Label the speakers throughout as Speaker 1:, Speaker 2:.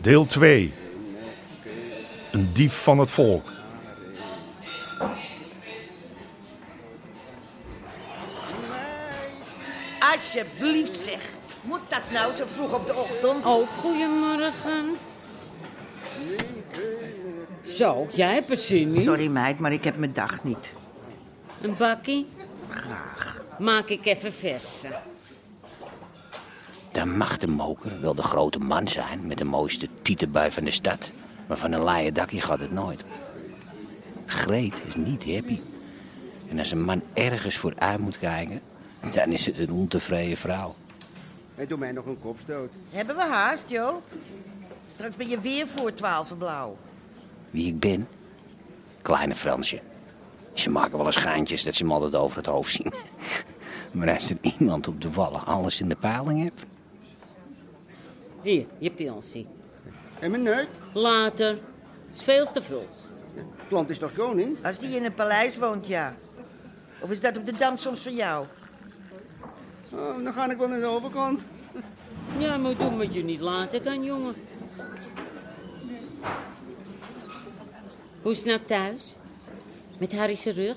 Speaker 1: Deel 2. Een dief van het volk.
Speaker 2: Alsjeblieft zeg. Moet dat nou zo vroeg op de ochtend?
Speaker 3: Oh, goedemorgen. Zo, jij hebt er zin in.
Speaker 2: Sorry meid, maar ik heb mijn dag niet.
Speaker 3: Een bakkie?
Speaker 2: Graag.
Speaker 3: Maak ik even verse.
Speaker 4: Dan mag de moker wel de grote man zijn met de mooiste tietenbui van de stad. Maar van een laaie dakje gaat het nooit. Greet is niet happy. En als een man ergens vooruit moet kijken, dan is het een ontevreden vrouw.
Speaker 5: En doe mij nog een kopstoot.
Speaker 2: Hebben we haast, Jo? Straks ben je weer voor twaalf blauw.
Speaker 4: Wie ik ben? Kleine Fransje. Ze maken wel eens geintjes dat ze me altijd over het hoofd zien. Maar als er iemand op de wallen alles in de paling hebt...
Speaker 3: Hier, je pilsie.
Speaker 5: En mijn neut?
Speaker 3: Later. Is veel te vroeg.
Speaker 5: Klant is toch koning?
Speaker 2: Als die in een paleis woont, ja. Of is dat op de dam soms van jou?
Speaker 5: Oh, dan ga ik wel naar de overkant.
Speaker 3: Ja, maar doe met je niet later kan, jongen. Hoe is het nou thuis? Met Harry's rug?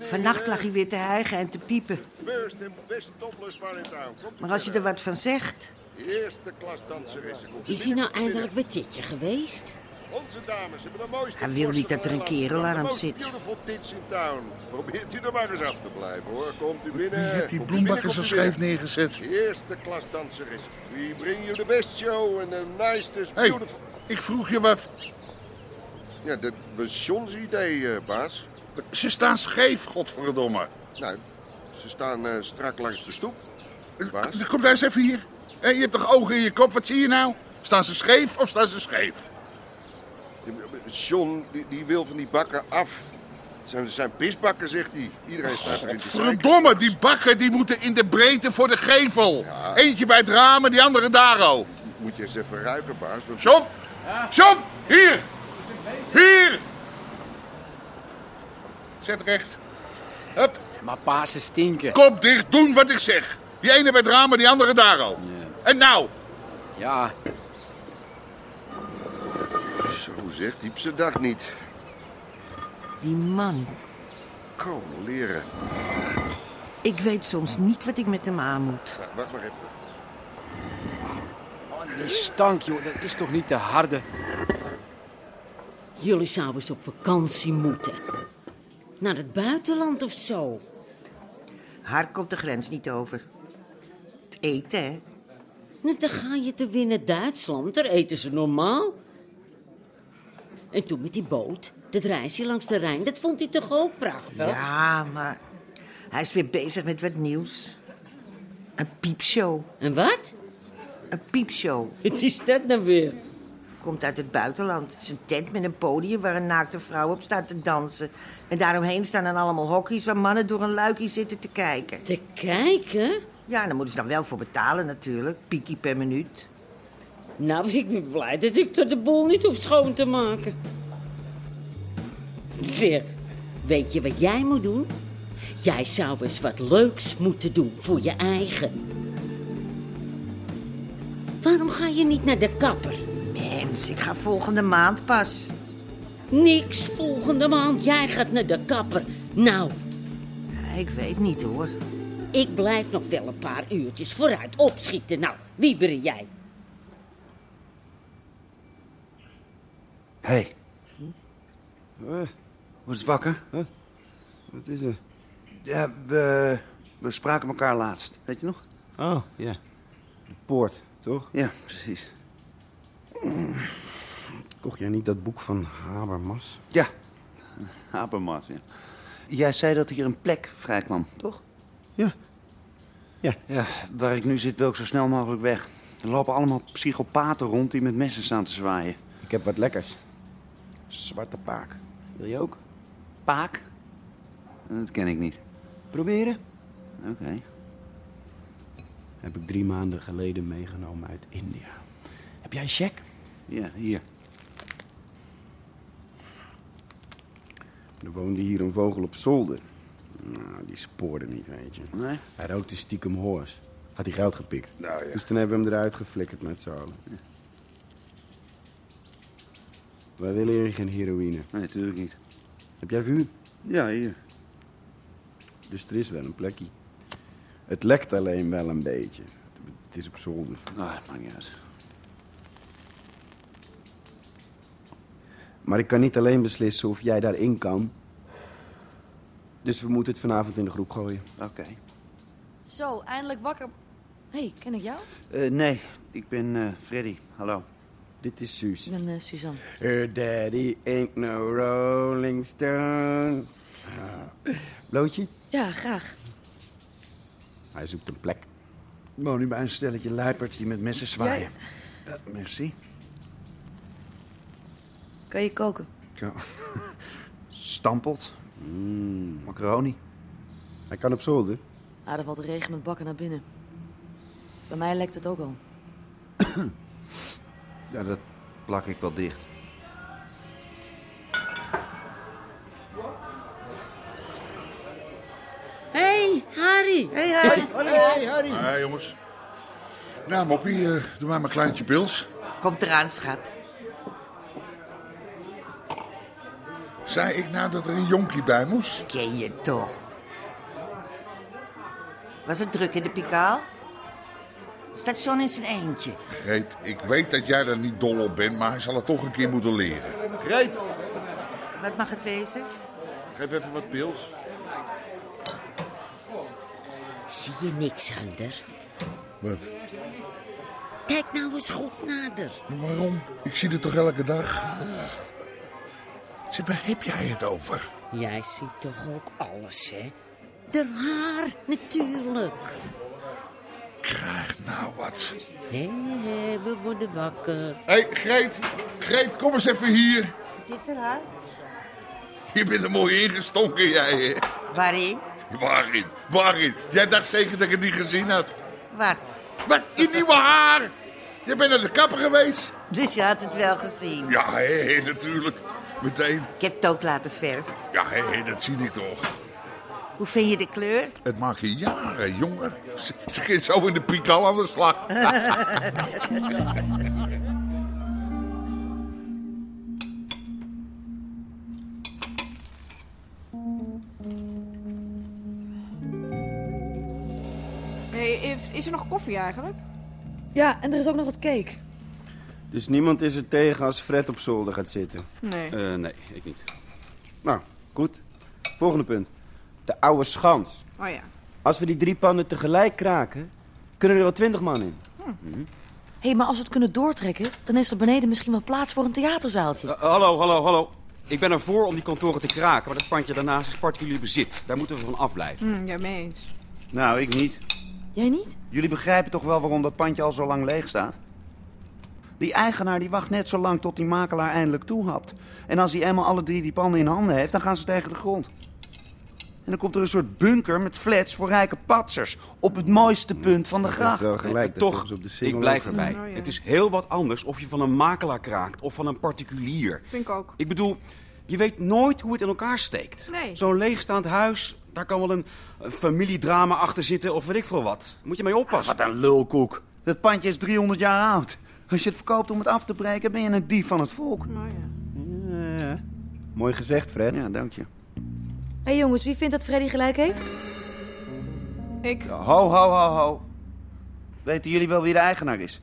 Speaker 2: Vannacht lag hij weer te hijgen en te piepen.
Speaker 6: First en best topless bar in town. Komt
Speaker 2: Maar als je er wat van zegt...
Speaker 6: de eerste klas danseressen. Komt
Speaker 3: Is hij nou eindelijk bij Titje geweest?
Speaker 6: Onze dames hebben de mooiste...
Speaker 2: Hij wil niet dat er een kerel aan hem zit.
Speaker 6: De most beautiful tits in town. Probeert u er maar eens af te blijven hoor. Komt u binnen.
Speaker 7: Je hebt die
Speaker 6: Komt u
Speaker 7: bloembakken zo
Speaker 6: binnen, komt u
Speaker 7: scheef
Speaker 6: binnen.
Speaker 7: neergezet.
Speaker 6: De eerste klas danseressen. We bring you the best show and the nicest
Speaker 7: Hé, hey,
Speaker 6: beautiful...
Speaker 7: ik vroeg je wat.
Speaker 6: Ja, dat was John's idee, eh, baas.
Speaker 7: Ze staan scheef, godverdomme.
Speaker 6: Nou, ze staan eh, strak langs de stoep. Baas.
Speaker 7: Dus Kom daar eens even hier. Hé, je hebt toch ogen in je kop, wat zie je nou? Staan ze scheef of staan ze scheef?
Speaker 6: eh, John, die, die wil van die bakken af. Het zijn, het zijn pisbakken, zegt hij. Iedereen staat erin te zeiken.
Speaker 7: Verdomme, die bakken die moeten in de breedte voor de gevel. Eentje bij het raam en die andere daar al.
Speaker 6: Moet je eens even ruiken, baas. want-
Speaker 7: John, John, hier. Hier. Zet recht. Hup,
Speaker 8: Maar Pasen stinken.
Speaker 7: kop dicht, doen wat ik zeg. Die ene bij het raam en die andere daar al. En nou,
Speaker 8: Ja,
Speaker 6: Zo zegt diep zijn dag niet.
Speaker 2: Die man.
Speaker 6: Kom, leren.
Speaker 2: Ik weet soms niet wat ik met hem aan moet.
Speaker 6: Nou, wacht maar even.
Speaker 8: die stank, joh. Dat is toch niet te harde?
Speaker 3: Jullie zouden eens op vakantie moeten. Naar het buitenland of zo.
Speaker 2: Haar komt de grens niet over. Het eten, hè?
Speaker 3: Nou, dan ga je te winnen Duitsland. Daar eten ze normaal. En toen met die boot, dat reisje langs de Rijn, dat vond hij toch ook prachtig?
Speaker 2: Ja, maar hij is weer bezig met wat nieuws. Een piepshow.
Speaker 3: En wat?
Speaker 2: Een piepshow.
Speaker 3: Het is dat nou weer?
Speaker 2: Komt uit het buitenland. Het is een tent met een podium waar een naakte vrouw op staat te dansen. En daaromheen staan dan allemaal hokjes waar mannen door een luikje zitten te kijken.
Speaker 3: Te kijken?
Speaker 2: Ja, en daar moeten ze dan wel voor betalen natuurlijk. Piekie per minuut.
Speaker 3: Nou, ik ben blij dat ik er de boel niet hoef schoon te maken. Zeg, weet je wat jij moet doen? Jij zou eens wat leuks moeten doen voor je eigen. Waarom ga je niet naar de kapper?
Speaker 2: Mens, ik ga volgende maand pas.
Speaker 3: Niks volgende maand. Jij gaat naar de kapper. Nou,
Speaker 2: Ik weet niet hoor.
Speaker 3: ik blijf nog wel een paar uurtjes vooruit opschieten. Nou, wie ben jij?
Speaker 8: Hé. Hey. Wordt het wakker?
Speaker 9: Wat is er?
Speaker 8: Ja, we, we spraken elkaar laatst. Weet je nog?
Speaker 9: Oh, ja. De poort, toch?
Speaker 8: Ja, precies.
Speaker 9: Kocht jij niet dat boek van Habermas?
Speaker 8: Ja.
Speaker 9: Apenmas, ja.
Speaker 8: Jij zei dat hier een plek vrij kwam, toch?
Speaker 9: Ja. Ja.
Speaker 8: Ja, waar ik nu zit wil ik zo snel mogelijk weg. Er lopen allemaal psychopaten rond die met messen staan te zwaaien.
Speaker 9: Ik heb wat lekkers. Zwarte paak. Wil je ook?
Speaker 8: Paak? Dat ken ik niet.
Speaker 9: Proberen?
Speaker 8: Oké.
Speaker 9: Heb ik drie maanden geleden meegenomen uit India. Heb jij een check?
Speaker 8: Ja, hier.
Speaker 9: Er woonde hier een vogel op zolder. Nou, die spoorde niet, weet je.
Speaker 8: Nee? Nou,
Speaker 9: Hij rookte stiekem hoors. Had hij geld gepikt. Dus toen hebben we hem eruit geflikkerd met z'n allen. Wij willen hier geen heroïne.
Speaker 8: Nee, natuurlijk niet.
Speaker 9: Heb jij vuur?
Speaker 8: Ja, hier.
Speaker 9: Dus er is wel een plekje. Het lekt alleen wel een beetje. Het is op zolder.
Speaker 8: Ah, dat maakt niet uit.
Speaker 9: Maar ik kan niet alleen beslissen of jij daarin kan. Dus we moeten het vanavond in de groep gooien.
Speaker 8: Oké.
Speaker 10: Zo, eindelijk wakker. Hé, hey, ken ik jou?
Speaker 8: Eh, nee, ik ben eh, Freddy. Hallo.
Speaker 9: Dit is Suus.
Speaker 10: Ik ben eh, Suzanne.
Speaker 9: Her daddy ain't no rolling stone.
Speaker 8: Ah.
Speaker 9: Blootje?
Speaker 10: Ja, graag.
Speaker 9: Hij zoekt een plek.
Speaker 8: Ik woon nu bij een stelletje luiperds die met messen
Speaker 10: zwaaien.
Speaker 8: merci.
Speaker 10: Kan je koken?
Speaker 8: Stampot. Macaroni.
Speaker 9: Hij kan op zolder.
Speaker 10: Ah, er valt regen met bakken naar binnen. Bij mij lekt het ook al.
Speaker 8: Ja, dat plak ik wel dicht.
Speaker 3: Hé, hey, Harry.
Speaker 2: Hé, hey,
Speaker 7: Hey, Harry. Hey, jongens. Nou, Moppie, eh, doe maar mijn kleintje pils.
Speaker 2: Komt eraan, schat.
Speaker 7: Zei ik nou dat er een jonkie bij moest?
Speaker 2: Ken je toch? Was het druk in de Pikaal? Station in zijn eentje.
Speaker 7: Greet, ik weet dat jij daar niet dol op bent, maar hij zal het toch een keer moeten leren.
Speaker 6: Greet,
Speaker 2: Wat mag het wezen?
Speaker 6: geef even wat pils.
Speaker 3: Zie je niks, Hunter?
Speaker 7: Wat?
Speaker 3: Kijk nou eens goed nader.
Speaker 7: Waarom? Ik zie het toch elke dag? Zeg, waar heb jij het over?
Speaker 3: Jij ziet toch ook alles, hè? De haar, natuurlijk.
Speaker 7: Krijg nou wat.
Speaker 3: Hé, hé, we worden wakker.
Speaker 7: Hé, hey, Greet. Greet, kom eens even hier.
Speaker 2: Wat is er, haar?
Speaker 7: Je bent er mooi ingestonken, jij. hè?
Speaker 2: Waarin?
Speaker 7: Waarin? Waarin? Jij dacht zeker dat ik het niet gezien had.
Speaker 2: Wat?
Speaker 7: Wat? Je nieuwe haar? Je bent naar de kapper geweest?
Speaker 2: Dus je had het wel gezien.
Speaker 7: Ja, hé, hé, natuurlijk. Meteen.
Speaker 2: Ik heb het ook laten verven.
Speaker 7: Ja, hé, hé, dat zie ik toch.
Speaker 2: Hoe vind je de kleur?
Speaker 7: Het maakt je jaren jonger. Ze, ze ging zo in de piek al aan de slag.
Speaker 11: is er nog koffie eigenlijk?
Speaker 10: Ja, en er is ook nog wat cake.
Speaker 9: Dus niemand is er tegen als Fred op zolder gaat zitten?
Speaker 11: Nee.
Speaker 9: Eh, nee, ik niet. Nou, goed. Volgende punt. De oude schans.
Speaker 11: Oh ja.
Speaker 9: Als we die drie pannen tegelijk kraken, kunnen er wel twintig man in.
Speaker 10: Hé, maar als we het kunnen doortrekken, dan is er beneden misschien wel plaats voor een
Speaker 9: Eh.
Speaker 10: theaterzaaltje.
Speaker 8: hallo, hallo,
Speaker 12: Oh,
Speaker 8: hallo. Ik ben ervoor om die kantoren te kraken, maar dat pandje daarnaast is particulier bezit. Daar moeten we van afblijven.
Speaker 11: Hm, ja, mee eens.
Speaker 8: Nou, ik niet.
Speaker 10: Jij niet?
Speaker 8: Jullie begrijpen toch wel waarom dat pandje al zo lang leeg staat? Die eigenaar die wacht net zo lang tot die makelaar eindelijk toehapt. En als hij eenmaal alle drie die pannen in handen heeft, dan gaan ze tegen de grond. En dan komt er een soort bunker met flats voor rijke patsers. Op het mooiste punt van de gracht.
Speaker 9: Wel gelijk, dat
Speaker 12: Toch,
Speaker 9: komt op de single
Speaker 12: ik blijf
Speaker 9: over.
Speaker 12: erbij.
Speaker 11: Oh, ja.
Speaker 12: Het is heel wat anders of je van een makelaar kraakt of van een particulier.
Speaker 11: Vind ik ook.
Speaker 12: Ik bedoel, je weet nooit hoe het in elkaar steekt.
Speaker 11: Nee.
Speaker 12: Zo'n leegstaand huis, daar kan wel een, een familiedrama achter zitten of weet ik veel wat. Moet je mee oppassen.
Speaker 8: Wat een lulkoek. Dat pandje is 300 jaar oud. Als je het verkoopt om het af te breken, ben je een dief van het volk.
Speaker 11: Oh ja.
Speaker 9: Ja. Mooi gezegd, Fred.
Speaker 8: Ja, dank je.
Speaker 10: Hé jongens, wie vindt dat Freddy gelijk heeft?
Speaker 11: Ik.
Speaker 8: Ho, ho, ho, ho. Weten jullie wel wie de eigenaar is?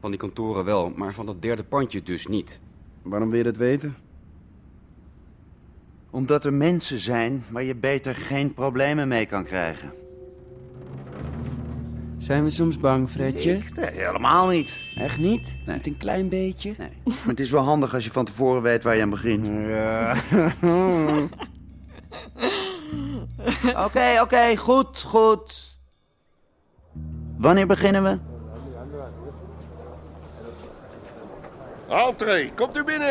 Speaker 12: Van die kantoren wel, maar van dat derde pandje dus niet.
Speaker 9: Waarom wil je dat weten?
Speaker 8: Omdat er mensen zijn waar je beter geen problemen mee kan krijgen.
Speaker 4: Zijn we soms bang, Fredje?
Speaker 13: Ik? Nee, helemaal niet.
Speaker 4: Echt niet? Niet een klein beetje? Nee.
Speaker 13: Maar het is wel handig als je van tevoren weet waar je aan begint. Ja. Oké, oké, goed, goed. Wanneer beginnen we?
Speaker 6: Altree, komt u binnen.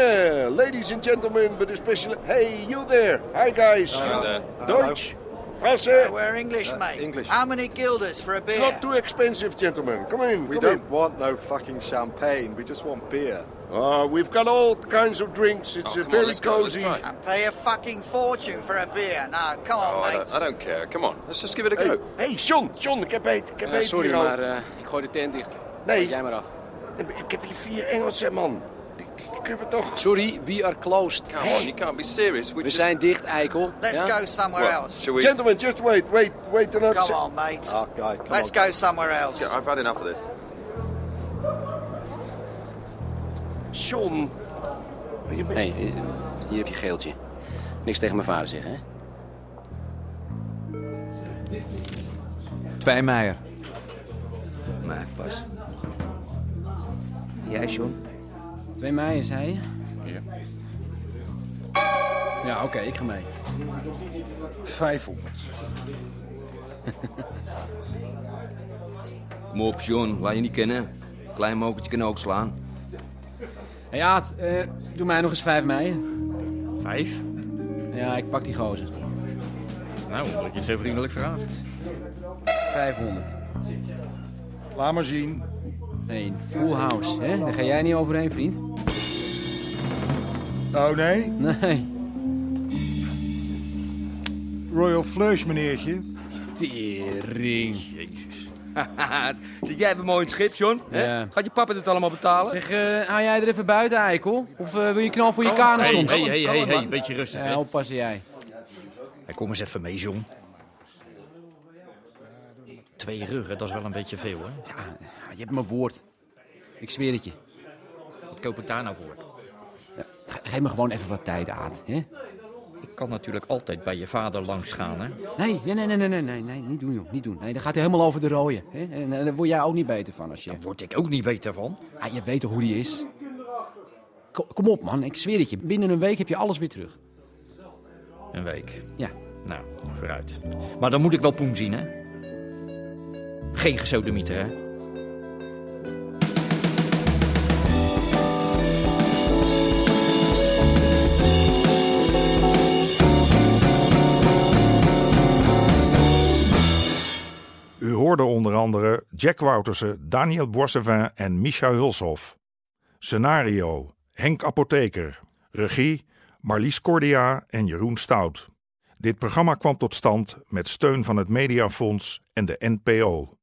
Speaker 6: Ladies and gentlemen, but especially... Hey, you there. Hi, guys.
Speaker 2: Hello there.
Speaker 6: Deutsch. Frasse.
Speaker 2: We're English, mate. Eh, English. How many guilders for a beer?
Speaker 6: It's not too expensive, gentlemen. Come in.
Speaker 2: We
Speaker 6: come
Speaker 2: don't want no fucking champagne. We just want beer.
Speaker 6: In. Uh, we've got all kinds of drinks.
Speaker 8: Oh,
Speaker 6: It's uh, very cozy.
Speaker 2: And pay a fucking fortune for a beer. No, come on,
Speaker 8: Oh, I
Speaker 2: mates.
Speaker 8: don't, I don't care. Come on, let's just give it a
Speaker 6: Hey,
Speaker 8: go.
Speaker 6: hey, John, John, ik heb eet, ik heb
Speaker 8: Ja,
Speaker 6: eet
Speaker 8: sorry,
Speaker 6: hier al.
Speaker 8: maar, eh, ik gooi de tent dicht.
Speaker 6: Nee.
Speaker 8: Zet Jij maar af.
Speaker 6: Ik heb hier vier Engelsen, man. Die, die, die kunnen we toch...
Speaker 8: Sorry, we are closed. Come
Speaker 6: Hey.
Speaker 8: on, you can't be serious. We, zijn dicht, eikel.
Speaker 2: Let's go somewhere
Speaker 8: Well,
Speaker 2: else.
Speaker 8: shall we-
Speaker 6: Gentlemen, just wait, wait, wait another...
Speaker 2: Come
Speaker 6: se-
Speaker 2: on, mates.
Speaker 6: Ah, guys, come
Speaker 2: Let's
Speaker 6: on.
Speaker 2: go somewhere else.
Speaker 8: Yeah, I've had enough of this.
Speaker 6: John.
Speaker 8: Hey, eh, hier heb je geeltje. Niks tegen mijn vader zeggen, hè?
Speaker 14: 2 meier. Maak pas. Jij, John?
Speaker 8: 2 mei, zei je?
Speaker 14: Ja.
Speaker 8: Ja, oké, ik ga mee.
Speaker 14: 500. Mop, John. Laat je niet kennen. Klein mokertje kan ook slaan.
Speaker 8: Hey, Aad, eh, doe mij nog eens 5 mei. Vijf? Ja, ik pak die gozer.
Speaker 15: Nou, dat je het zo vriendelijk vraagt.
Speaker 8: 500.
Speaker 1: Laat maar zien.
Speaker 8: Een full house, hè? Daar ga jij niet overheen, vriend.
Speaker 15: Oh nee?
Speaker 8: Nee.
Speaker 15: Royal Flush, meneertje.
Speaker 14: Tering. Jezus. Zit jij even mooi in het schip, John? Hè?
Speaker 8: Ja.
Speaker 14: Gaat je papa dit allemaal betalen?
Speaker 8: Zeg, eh, hou jij er even buiten, Eikel? Of eh, wil je knal voor je kanen
Speaker 15: Oh, hey,
Speaker 8: soms?
Speaker 15: hey, hey, hey, hey, beetje rustig,
Speaker 8: Ja,
Speaker 15: hè?
Speaker 8: oppassen jij.
Speaker 15: Hey, kom eens even mee, John. Twee ruggen, dat is wel een beetje veel, hè? Ja, je hebt mijn woord.
Speaker 8: Ik zweer het je.
Speaker 15: Wat koop ik daar nou voor?
Speaker 8: Ge- Geef me gewoon even wat tijd, Aad. Hè?
Speaker 15: Ik kan natuurlijk altijd bij je vader langs gaan, hè?
Speaker 8: Nee, nee, nee, nee, nee, nee, nee, nee, niet doen, joh. Niet doen. Nee, dat gaat hij helemaal over de rode. Hè? En eh, daar word jij ook niet beter van als je... Daar
Speaker 15: word ik ook niet beter van.
Speaker 8: Ah, je weet toch hoe die is? Ko- kom op, man. Ik zweer het je. Binnen een week heb je alles weer terug.
Speaker 15: Een week.
Speaker 8: Ja.
Speaker 15: Nou, vooruit. Maar dan moet ik wel poen zien, hè? Geen gesodemieter, hè?
Speaker 1: U hoorde onder andere Jack Woutersen, Daniel Boissevin en Micha Hulshof. Scenario: Henk Apotheker. Regie: Marlies Cordia en Jeroen Stout. Dit programma kwam tot stand met steun van het Mediafonds en de NPO.